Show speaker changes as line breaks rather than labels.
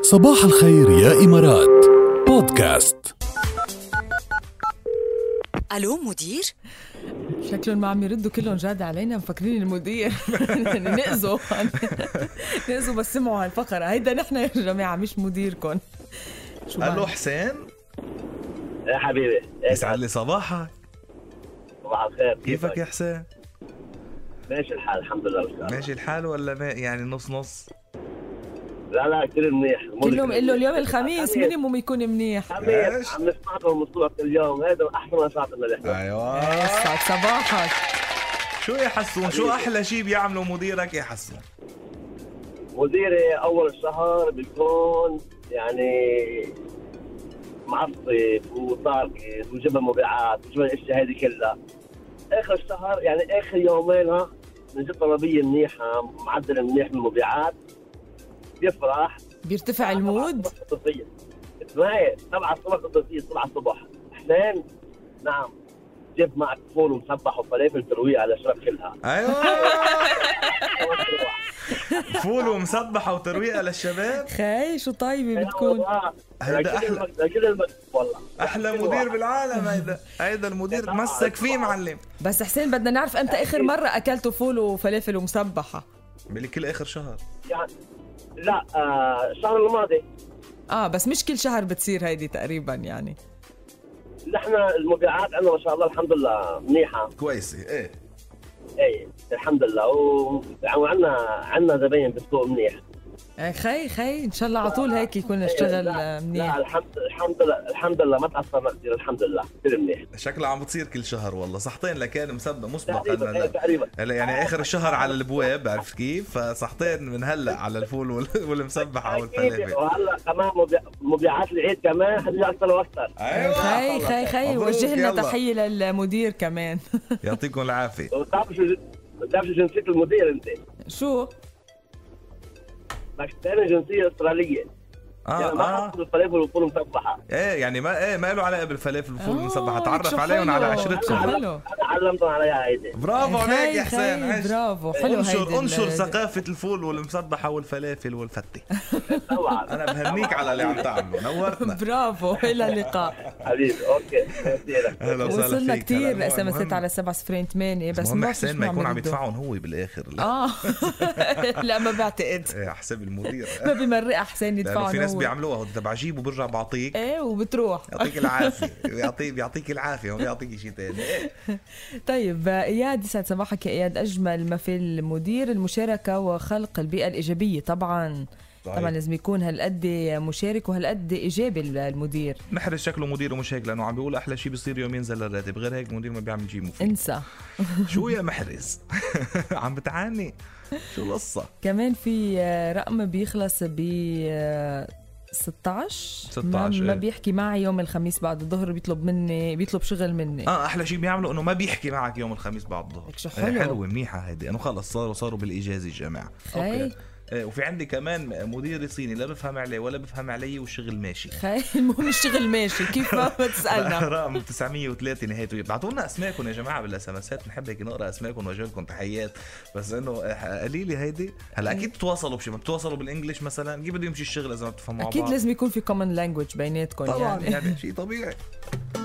صباح الخير يا إمارات بودكاست
الو مدير
شكلهم ما عم يردوا كلهم جاد علينا مفكرين المدير نأذوا نأذوا بس سمعوا هالفقرة هيدا نحن يا جماعة مش مديركم شو
الو
بعد؟
حسين
يا حبيبي
يسعد لي صباحك
صباح الخير
كيفك يا حسين
ماشي الحال الحمد لله والسلامة.
ماشي الحال ولا ما يعني نص نص
لا لا كثير منيح
قل لهم قل له اليوم الخميس مينيموم يكون منيح
خميس
إيش؟
عم نسمع لهم الصورة اليوم هذا احسن ساعة اللي نحكي
ايوه
يسعد صباحك
شو يا حسون شو احلى شيء بيعمله مديرك يا حسون
مديري اول الشهر بيكون يعني معصب وطارق وجبن مبيعات وجبن الاشياء هذه كلها اخر الشهر يعني اخر يومين ها بنجيب طلبيه منيحه معدل منيح من المبيعات بيفرح
بيرتفع المود
اسمعي سبعة الصبح خصوصية سبعة الصبح حسين نعم جيب معك فول ومسبح وفلافل ترويق على شرب كلها
ايوه فول ومسبحه وترويقه للشباب
خي شو طيبة بتكون
هيدا أحلى.
احلى والله
احلى مدير بالعالم هيدا هيدا المدير مسك فيه معلم
بس حسين بدنا نعرف امتى اخر مرة اكلتوا فول وفلافل ومسبحة
بالكل اخر شهر
يعني لا آه، الشهر الماضي
اه بس مش كل شهر بتصير هيدي تقريبا يعني
نحن المبيعات عندنا ما شاء الله الحمد لله منيحه
كويسه ايه
اي الحمد لله و- وعندنا عندنا زباين بالسوق منيح
آه، خي خي ان شاء الله على طول هيك يكون نشتغل
لا،
آه، منيح
لا الحمد الحمد لله الحمد لله ما تاثرنا كثير الحمد لله كثير منيح
شكلها عم بتصير كل شهر والله صحتين لكان مسبح مسبح
تقريبا إيه،
هلا
تقريبا
هلا يعني اخر الشهر على البواب عرفت كيف فصحتين من هلا على الفول وال- والمسبحه
أكيد.
والفلافل
وهلا كمان مبيع- مبيعات العيد كمان حتجي اكثر واكثر
خي خي خي
مبروك،
وجه لنا
أيوة، يلا.
تحية للمدير كمان
يعطيكم العافيه
بتعرف شو بتعرف شو جنسيه المدير انت
شو؟
باكستاني جنسيه استراليه يعني
اه
ما
اه
حطوا الفلافل والفول مسبحه
ايه يعني ما ايه ما له علاقه بالفلافل والفول
آه،
المسبح
لك
اتعرف
شو
عليهم على
حلو.
عشرتهم
حلو.
انا علمتهم عليها هيدي
برافو عليك يا
خي- خي،
حسين عش.
برافو حلو هيدي
انشر
ال-
انشر ثقافه الفول والمسبحه والفلافل والفته
طبعا
انا بهنيك على اللي عم تعمله نورتنا
برافو الى اللقاء
حبيبي اوكي ميرسي لك
اهلا وسهلا
وصلنا
فيك
كثير
هلا.
اس ام اسات
مهم-
على 7 صفرين 8 بس
مهم
ما
حسين ما يكون عم يدفعهم هو بالاخر لا
اه آه. لا ما بعتقد
إيه، على حساب المدير
ما بمرق حسين
لانه
يدفعهم
في ناس
هو.
بيعملوها وانت بعجيب وبرجع بعطيك
ايه وبتروح
يعطيك العافيه بيعطيك بيعطيك العافيه ما بيعطيك إيه. شيء ثاني
طيب اياد يسعد صباحك يا اياد اجمل ما في المدير المشاركه وخلق البيئه الايجابيه طبعا
صحيح.
طبعا لازم يكون هالقد مشارك وهالقد ايجابي المدير
محرج شكله مديره مش هيك لانه عم بيقول احلى شيء بيصير يومين زل الراتب غير هيك المدير ما بيعمل شيء مفيد
انسى
شو يا محرز عم بتعاني شو القصه
كمان في آه، رقم بيخلص ب 16 ما,
16
ما
إيه.
بيحكي معي يوم الخميس بعد الظهر بيطلب مني بيطلب شغل مني
اه احلى شيء بيعمله انه ما بيحكي معك يوم الخميس بعد الظهر
لك شو
إيه،
حلو.
حلوه منيحه هيدي انه خلص صاروا صاروا بالاجازه يا جماعه
خي.
إيه، وفي عندي كمان مدير صيني لا بفهم عليه ولا بفهم علي والشغل ماشي
خي المهم الشغل ماشي كيف ما تسالنا
رقم 903 نهايته ابعتوا لنا اسماءكم يا جماعه بالاس ام اسات بنحب هيك نقرا اسماءكم ونوجه لكم تحيات بس انه قليله هيدي هلا اكيد بتتواصلوا بشي ما بتتواصلوا بالانجلش مثلا كيف بده يمشي الشغل اذا ما بتفهموا مع
اكيد
بعض؟
لازم يكون في كومن لانجوج بيناتكم
طبعا
يعني
يعني شيء طبيعي